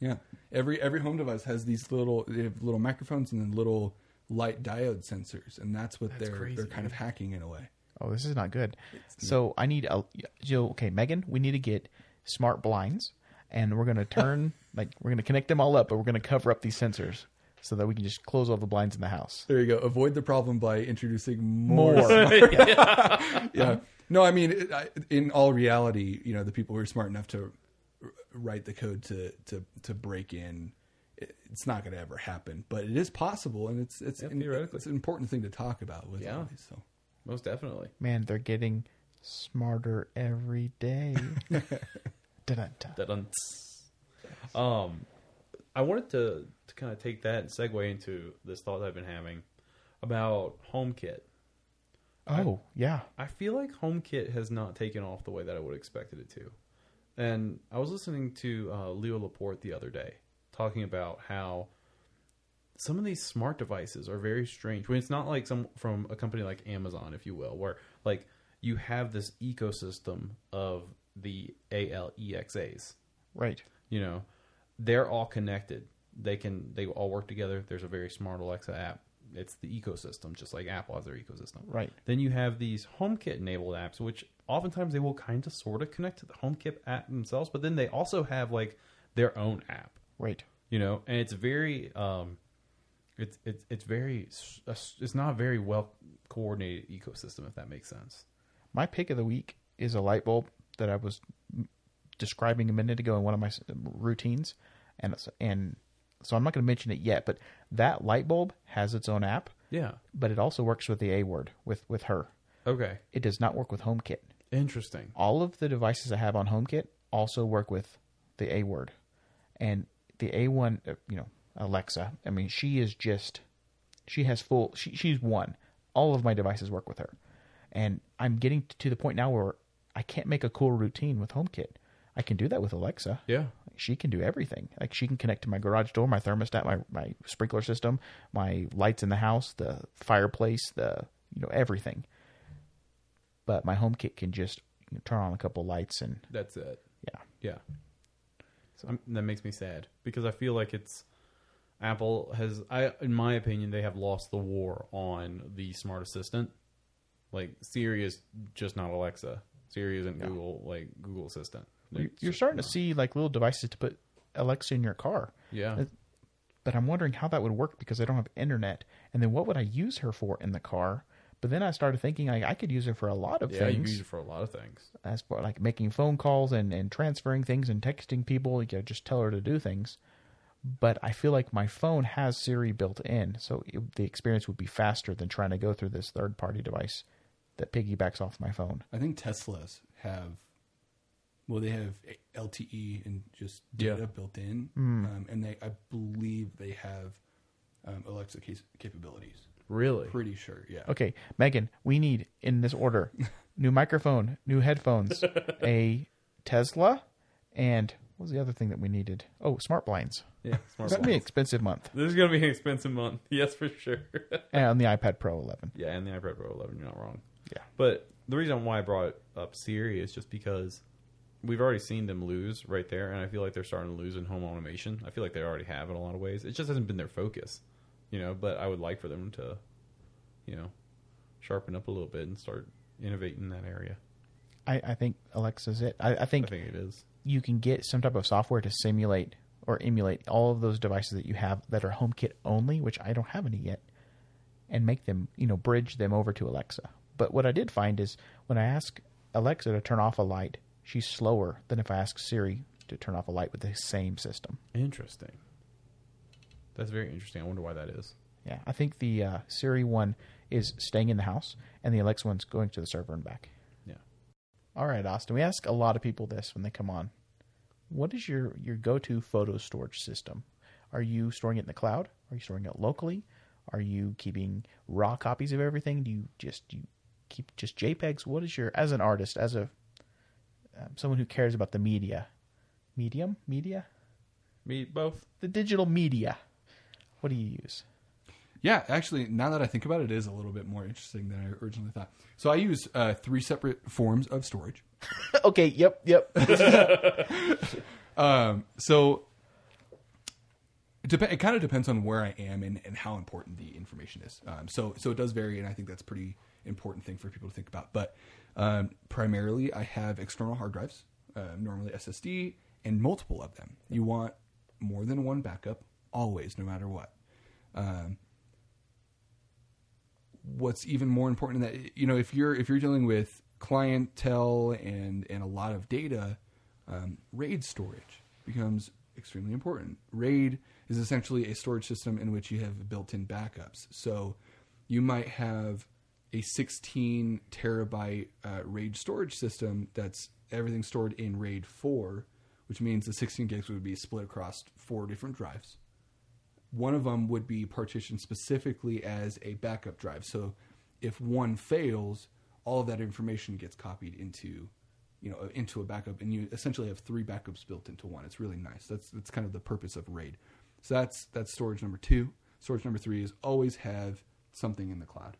S3: Yeah. Every every home device has these little they have little microphones and then little light diode sensors, and that's what they're
S1: crazy,
S3: they're kind of hacking in a way.
S2: Oh, this is not good. So I need a so okay, Megan. We need to get smart blinds, and we're gonna turn like we're gonna connect them all up, but we're gonna cover up these sensors so that we can just close all the blinds in the house.
S3: There you go. Avoid the problem by introducing more.
S2: More.
S3: yeah. Uh, No, I mean, it, I, in all reality, you know, the people who are smart enough to r- write the code to to to break in, it, it's not going to ever happen. But it is possible, and it's it's
S1: Yeah,
S3: in-
S1: theoretically.
S3: it's an important thing to talk about with
S1: Yeah.
S3: all these. So
S1: Most definitely.
S2: Man, they're getting smarter every day. Dun-dun-dun.
S1: That dun- tss. Um, I wanted to, to kind of take that and segue into this thought I've been having about HomeKit.
S2: oh yeah,
S1: I feel like HomeKit has not taken off the way that I would have expected it to. And I was listening to uh, Leo Laporte the other day talking about how some of these smart devices are very strange. When it's not like some from a company like Amazon, if you will, where like you have this ecosystem of the E ALEXAs,
S2: right.
S1: you know they're all connected they can they all work together there's a very smart alexa app it's the ecosystem just like apple has their ecosystem
S2: Right.
S1: then you have these homekit enabled apps which oftentimes they will kind of sort of connect to the homekit app themselves but then they also have like their own app
S2: Right.
S1: you know and it's very um it's it's it's very s- it's not a very well coordinated ecosystem if that makes sense
S2: My pick of the week is a light bulb that I was m- describing a minute ago in one of my s- routines, and it's- and so I'm not going to mention it yet. But that light bulb has its own app,
S1: yeah
S2: but it also works with the A word with with her.
S1: okay
S2: It does not work with HomeKit.
S1: interesting
S2: All of the devices I have on HomeKit also work with the A word, and the A one, uh, you know, Alexa. I mean, she is just she has full she, she's one all of my devices work with her and i'm getting to the point now where i can't make a cool routine with homekit i can do that with alexa
S1: yeah
S2: she can do everything like she can connect to my garage door my thermostat my, my sprinkler system my lights in the house the fireplace the you know everything but my homekit can just you know, turn on a couple lights and
S1: that's it
S2: yeah
S1: Yeah. So I'm, that makes me sad because I feel like it's Apple has I in my opinion they have lost the war on the smart assistant. Like Siri is just not Alexa. Siri isn't Google like Google Assistant.
S2: You're-
S1: It's
S2: you're
S1: just
S2: starting to
S1: not.
S2: see like little devices to put alexa in your car
S1: Yeah.
S2: It- but I'm wondering how that would work because I don't have internet. And then what would I use her for in the car? But then I started thinking like I could use her for a lot of
S1: Yeah, you can use
S2: things,
S1: it for a lot of things.
S2: as for like making phone calls and and transferring things and texting people. You could just tell her to do things. But I feel like my phone has Siri built in, so it, the experience would be faster than trying to go through this third party device that piggybacks off my phone.
S3: I think Teslas have, well, they have LTE and just
S1: Yeah.
S3: data built in, um, and they I believe they have um, Alexa case capabilities.
S1: Really?
S3: Pretty sure, yeah.
S2: Okay, Megan, we need in this order new microphone, new headphones, a Tesla, and what was the other thing that we needed? Oh, smart blinds.
S1: Yeah.
S2: It's going to be an expensive month.
S1: This is gonna be an expensive month. *laughs* Yes, for sure.
S2: And on the iPad Pro 11.
S1: yeah, and the iPad Pro 11. You're not wrong.
S2: Yeah.
S1: But the reason why I brought up Siri is just because we've already seen them lose right there, and I feel like they're starting to lose in home automation. I feel like they already have in a lot of ways. It just hasn't been their focus, you know. But I would like for them to, you know, sharpen up a little bit and start innovating in that area.
S2: I, I think Alexa's it. I, I
S1: I
S2: think
S1: think it is.
S2: you can get some type of software to simulate or emulate all of those devices that you have that are HomeKit only, which I don't have any yet, and make them, you know, bridge them over to Alexa. But what I did find is when I ask Alexa to turn off a light, she's slower than if I ask Siri to turn off a light with the same system.
S1: Interesting. That's very interesting. I wonder why that is.
S2: Yeah, I think the uh, Siri one is staying in the house, and the Alexa one's going to the server and back.
S1: Yeah.
S2: All right, Austin. We ask a lot of people this when they come on. What is your your go to photo storage system? Are you storing it in the cloud? Are you storing it locally? Are you keeping raw copies of everything? Do you just do you keep just JPEGs? What is your as an artist, as a um, someone who cares about the media, medium, media,
S1: Me both.
S2: the digital media? What do you use? *laughs*
S3: Yeah, actually, now that I think about it, it is a little bit more interesting than I originally thought. So I use uh, three separate forms of storage.
S2: okay. Yep. Yep.
S3: Um, so it, dep- it kind of depends on where I am and, and how important the information is. Um, so so it does vary, and I think that's a pretty important thing for people to think about. But um, primarily, I have external hard drives, uh, normally SSD, and multiple of them. You want more than one backup always, no matter what. Um, what's even more important than that you know if you're if you're dealing with clientele and and a lot of data um, raid storage becomes extremely important raid is essentially a storage system in which you have built-in backups so you might have a 16 terabyte uh, raid storage system that's everything stored in raid 4 which means the 16 gigs would be split across four different drives one of them would be partitioned specifically as a backup drive. So if one fails, all of that information gets copied into, you know, into a backup, and you essentially have three backups built into one. It's really nice. That's that's kind of the purpose of RAID. So that's that's storage number two. Storage number three is always have something in the cloud,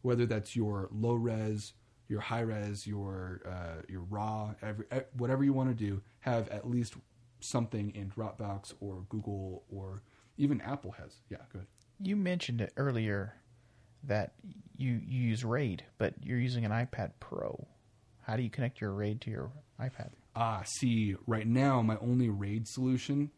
S3: whether that's your low res, your high res, your uh, your raw, every, eh, whatever you want to do. Have at least something in Dropbox or Google or even Apple has. Yeah, good.
S2: You mentioned it earlier that you, you use RAID, but you're using an iPad Pro. How do you connect your RAID to your iPad?
S3: Ah, see, right now my only RAID solution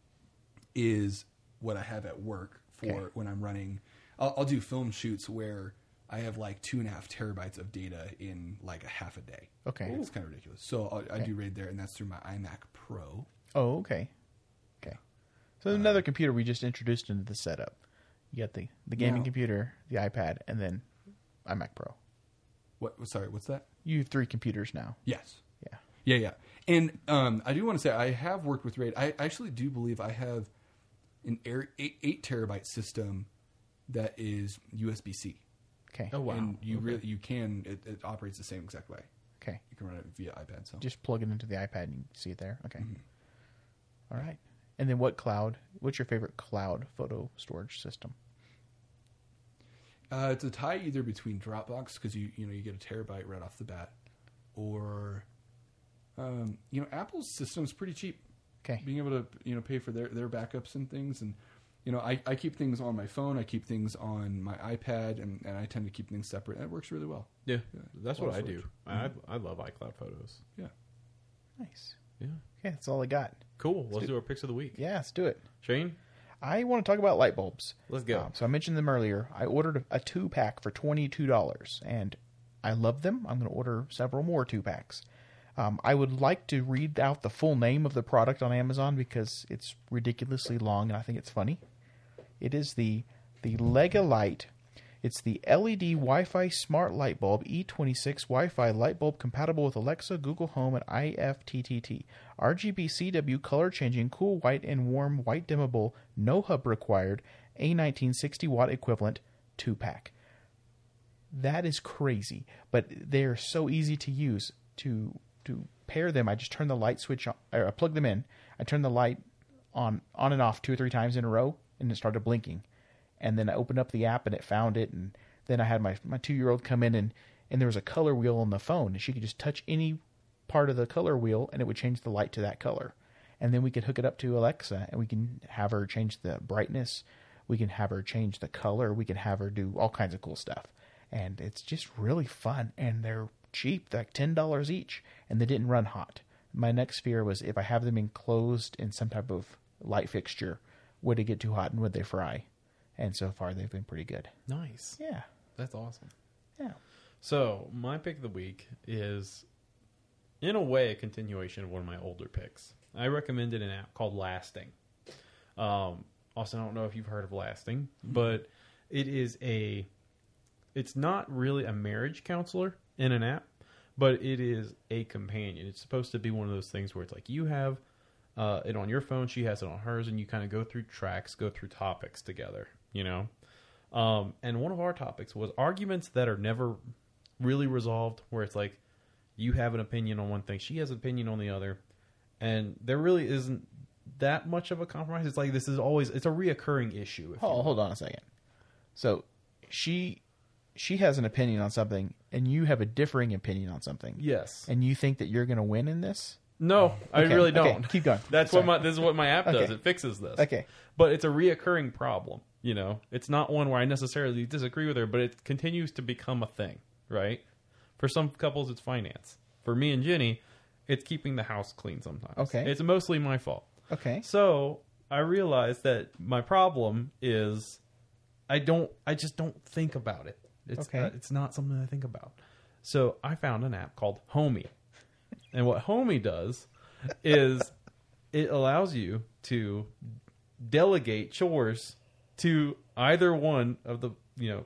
S3: is what I have at work for
S2: Okay.
S3: when I'm running. I'll, I'll do film shoots where I have like two and a half terabytes of data in like a half a day.
S2: Okay.
S3: it's kind of ridiculous. So I'll, I do RAID there, and that's through my iMac Pro.
S2: Oh, okay. Okay. So there's another computer we just introduced into the setup. You got the, the gaming
S3: Now-
S2: computer, the iPad, and then iMac Pro.
S3: What? Sorry, what's that?
S2: You have three computers now.
S3: Yes.
S2: Yeah.
S3: Yeah, yeah. And um, I do want to say I have worked with RAID. I actually do believe I have an air, eight, eight terabyte system that is USB C.
S2: Oh, Okay.
S3: And you really you can it, it operates the same exact way.
S2: Okay.
S3: You can run it via iPad. So
S2: Just plug it into the iPad and you can see it there. Okay. All right. And then what cloud? What's your favorite cloud photo storage system?
S3: uh, it's a tie either between Dropbox because you you know you get a terabyte right off the bat, or um, you know Apple's system's pretty cheap.
S2: Okay.
S3: being able to you know pay for their their backups and things and you know I, I keep things on my phone i keep things on my ipad and, and i tend to keep things separate and it works really well
S1: Yeah, that's
S3: that's
S1: what
S3: what
S1: I do.
S3: storage.
S1: I I love iCloud photos.
S3: yeah
S2: Nice.
S1: Yeah,
S2: Okay, that's all I got.
S1: cool. Let's, do, our picks of the week.
S2: Yeah, let's do it.
S1: Shane,
S2: I want to talk about light bulbs.
S1: Let's go.
S2: Um, so I mentioned them earlier. I ordered a two pack for twenty two dollars, and I love them. I'm going to order several more two packs. Um, I would like to read out the full name of the product on Amazon because it's ridiculously long and I think it's funny. It is the the Lega Light. It's the LED Wi-Fi smart light bulb E26 Wi-Fi light bulb compatible with Alexa, Google Home, and IFTTT. RGB CW color changing, cool white and warm white dimmable, no hub required, A1960 watt equivalent, two pack. That is crazy, but they're so easy to use. To to pair them, I just turn the light switch on, or I plug them in. I turn the light on on and off two or three times in a row, and it started blinking. And then I opened up the app, and it found it. And then I had my my two year old come in, and and there was a color wheel on the phone, and she could just touch any part of the color wheel, and it would change the light to that color. And then we could hook it up to Alexa, and we can have her change the brightness. We can have her change the color. We can have her do all kinds of cool stuff and it's just really fun and they're cheap like ten dollars each and they didn't run hot my next fear was if i have them enclosed in some type of light fixture would it get too hot and would they fry and so far they've been pretty good
S1: Nice.
S2: yeah
S1: That's awesome.
S2: yeah
S1: So my pick of the week is, in a way, a continuation of one of my older picks. I recommended an app called Lasting. Um, also, I don't know if you've heard of Lasting, but it is a. It's not really a marriage counselor in an app, but it is a companion. It's supposed to be one of those things where it's like you have uh, it on your phone, she has it on hers, and you kind of go through tracks, go through topics together. You know, um, and one of our topics was arguments that are never really resolved, where it's like you have an opinion on one thing, she has an opinion on the other, and there really isn't that much of a compromise. It's like this is always it's a reoccurring issue. If you-
S2: hold, hold on a second so she she has an opinion on something and you have a differing opinion on something
S1: yes.
S2: and you think that you're going to win in this
S1: No, I
S2: Okay,
S1: really
S2: okay,
S1: don't.
S2: keep going.
S1: *laughs* That's
S2: Sorry.
S1: what my this is what my app does.
S2: Okay.
S1: It fixes this.
S2: Okay.
S1: But it's a reoccurring problem, you know. It's not one where I necessarily disagree with her, but it continues to become a thing, right? For some couples it's finance. For me and Jenny, it's keeping the house clean sometimes.
S2: Okay.
S1: It's mostly my fault.
S2: okay
S1: So I realized that my problem is I don't I just don't think about it. It's
S2: Okay.
S1: uh, it's not something I think about. So I found an app called
S2: *laughs*
S1: Homey. And what Homey does is it allows you to delegate chores to either one of the you know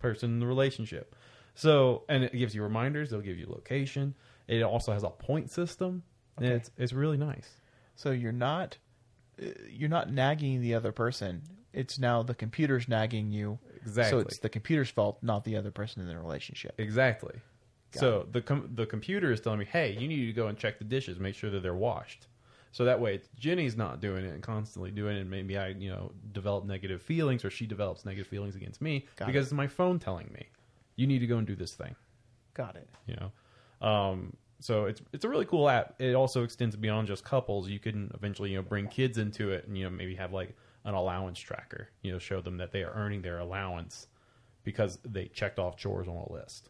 S1: person in the relationship. So and it gives you reminders, they'll give you location. It also has a point system.
S2: Okay.
S1: And it's it's really nice.
S2: So you're not uh, you're not nagging the other person. It's now the computer's nagging you. So
S1: Exactly.
S2: it's the computer's fault, not the other person in the relationship.
S1: Exactly.
S2: Got
S1: so the com- the computer is telling me, "Hey, you need to go and check the dishes, make sure that they're washed." So that way, it's- Jenny's not doing it and constantly doing it. And maybe I, you know, develop negative feelings, or she develops negative feelings against me
S2: Got
S1: because it's my phone telling me, "You need to go and do this thing."
S2: Got it.
S1: You know, um, so it's it's a really cool app. It also extends beyond just couples. You can eventually, you know, bring kids into it, and you know, maybe have like an allowance tracker. You know, show them that they are earning their allowance because they checked off chores on a list.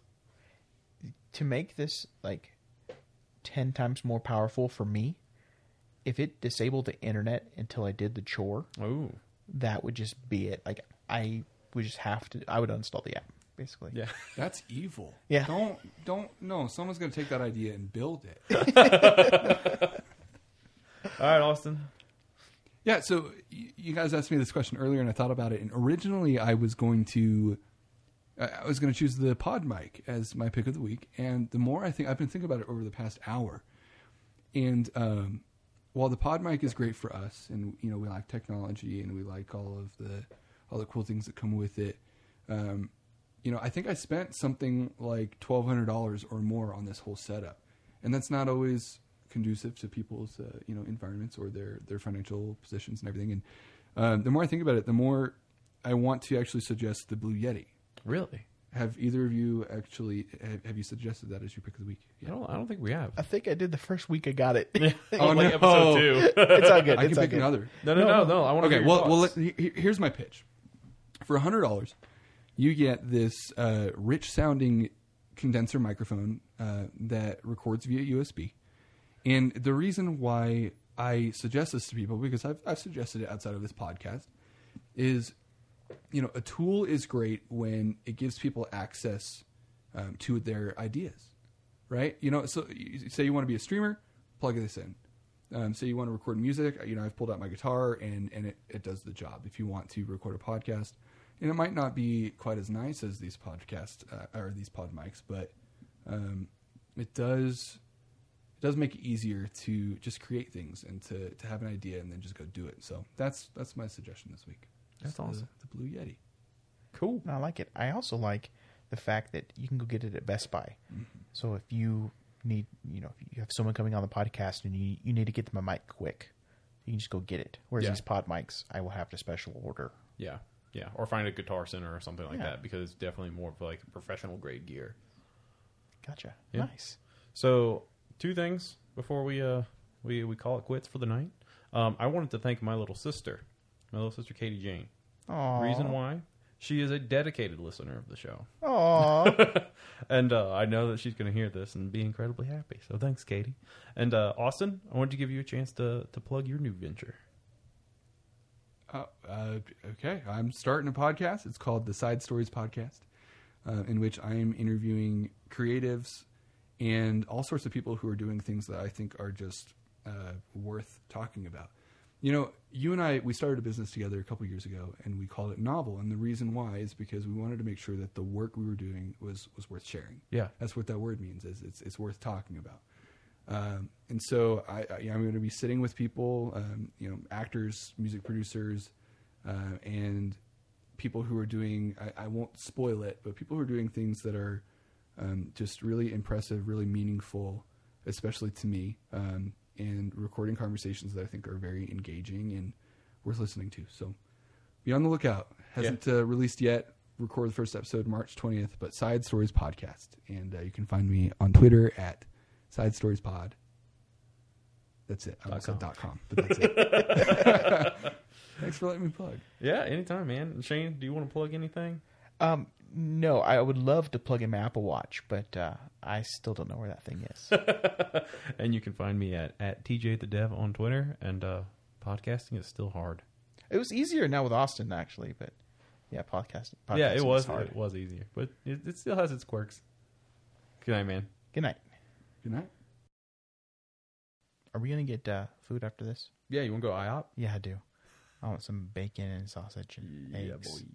S2: To make this like 10 times more powerful for me, if it disabled the internet until I did the chore,
S1: Ooh.
S2: that would just be it. Like I would just have to I would uninstall the app basically.
S1: Yeah.
S3: That's evil.
S2: Yeah.
S3: Don't don't no. Someone's gonna take that idea and build it.
S1: *laughs* All right, Austin.
S3: yeah. So y- you guys asked me this question earlier, and I thought about it. And originally, I was going to I I was going to choose the pod mic as my pick of the week. And the more I think, I've been thinking about it over the past hour. And um, while the pod mic is great for us, and you know we like technology and we like all of the all the cool things that come with it, um, you know I think I spent something like twelve hundred dollars or more on this whole setup, and that's not always conducive to people's uh, you know environments or their their financial positions and everything. And um, the more I think about it, the more I want to actually suggest the Blue Yeti.
S1: Really?
S3: Have either of you actually have, have you suggested that as your pick of the week?
S1: I don't. I don't think we have.
S2: I think I did the first week I got it.
S3: Oh, no.
S1: two.
S2: *laughs*
S3: *laughs*
S2: it's all good.
S3: I
S2: it's
S3: can
S2: all
S3: pick
S2: good.
S3: another.
S1: no, no, no, no. I want to.
S3: Okay, well, well, let, he- he- here's my pitch. For hundred dollars, you get this uh, rich-sounding condenser microphone uh, that records via USB. And the reason why I suggest this to people, because I've, I've suggested it outside of this podcast, is you know a tool is great when it gives people access um, to their ideas right? You know, so you say you want to be a streamer, plug this in. Um, say you want to record music, you know, I've pulled out my guitar and and it, it does the job. If you want to record a podcast, and it might not be quite as nice as these podcast uh, or these pod mics, but um, it does it does make it easier to just create things and to to have an idea and then just go do it. So that's that's my suggestion this week.
S1: That's
S3: Just the-
S1: awesome.
S3: The Blue Yeti.
S1: Cool.
S2: I like it. I also like the fact that you can go get it at Best Buy.
S1: Mm-hmm.
S2: So if you need, you know, if you have someone coming on the podcast and you, you need to get them a mic quick, you can just go get it. Whereas
S1: Yeah.
S2: these pod mics, I will have to special order.
S1: Yeah. Yeah. Or find a guitar center or something like
S2: Yeah.
S1: that because it's definitely more of like professional grade gear.
S2: Gotcha.
S1: Yeah.
S2: Nice.
S1: So two things before we uh we, we call it quits for the night. Um, I wanted to thank my little sister, my little sister Katie Jane.
S2: Aww.
S1: Reason why? She is a dedicated listener of the show, *laughs*
S2: Aww.
S1: and uh, I know that she's going to hear this and be incredibly happy. So thanks, Katie. And uh, Austin, I wanted to give you a chance to to plug your new venture.
S3: Uh, uh, okay, I'm starting a podcast. It's called the Side Stories Podcast, uh, in which I am interviewing creatives and all sorts of people who are doing things that I think are just uh, worth talking about. You know, you and I we started a business together a couple years ago, and we called it Novel. And the reason why is because we wanted to make sure that the work we were doing was was worth sharing.
S1: Yeah.
S3: That's what that word means. Is it's it's worth talking about. Um, and so I, I, I'm going to be sitting with people, um, you know, actors, music producers, uh, and people who are doing. I, I won't spoil it, but people who are doing things that are um, just really impressive, really meaningful, especially to me, um, and recording conversations that I think are very engaging and worth listening to. So be on the lookout. Hasn't uh, released yet. Record the first episode March 20th, but Side Stories Podcast. And uh, you can find me on Twitter at Side Stories Pod. That's it. I almost said dot com, but that's it. *laughs* Thanks for letting me plug.
S1: Yeah, anytime, man. And Shane, do you want to plug anything?
S2: um, no, I would love to plug in my Apple Watch, but uh, I still don't know where that thing
S1: *laughs*
S2: is.
S1: *laughs* And you can find me at at TJ the Dev on Twitter. And uh, podcasting is still hard.
S2: it was easier now with Austin, actually, but yeah, podcast. podcasting
S1: yeah,
S2: is
S1: it was
S2: hard.
S1: it was easier, but it, it still has its quirks. Good night, man.
S2: Good night.
S3: Good night.
S2: Are we gonna get uh, food after this?
S1: Yeah, you want to go IOP?
S2: Yeah, I do. I want some bacon and sausage and eggs.
S1: boy.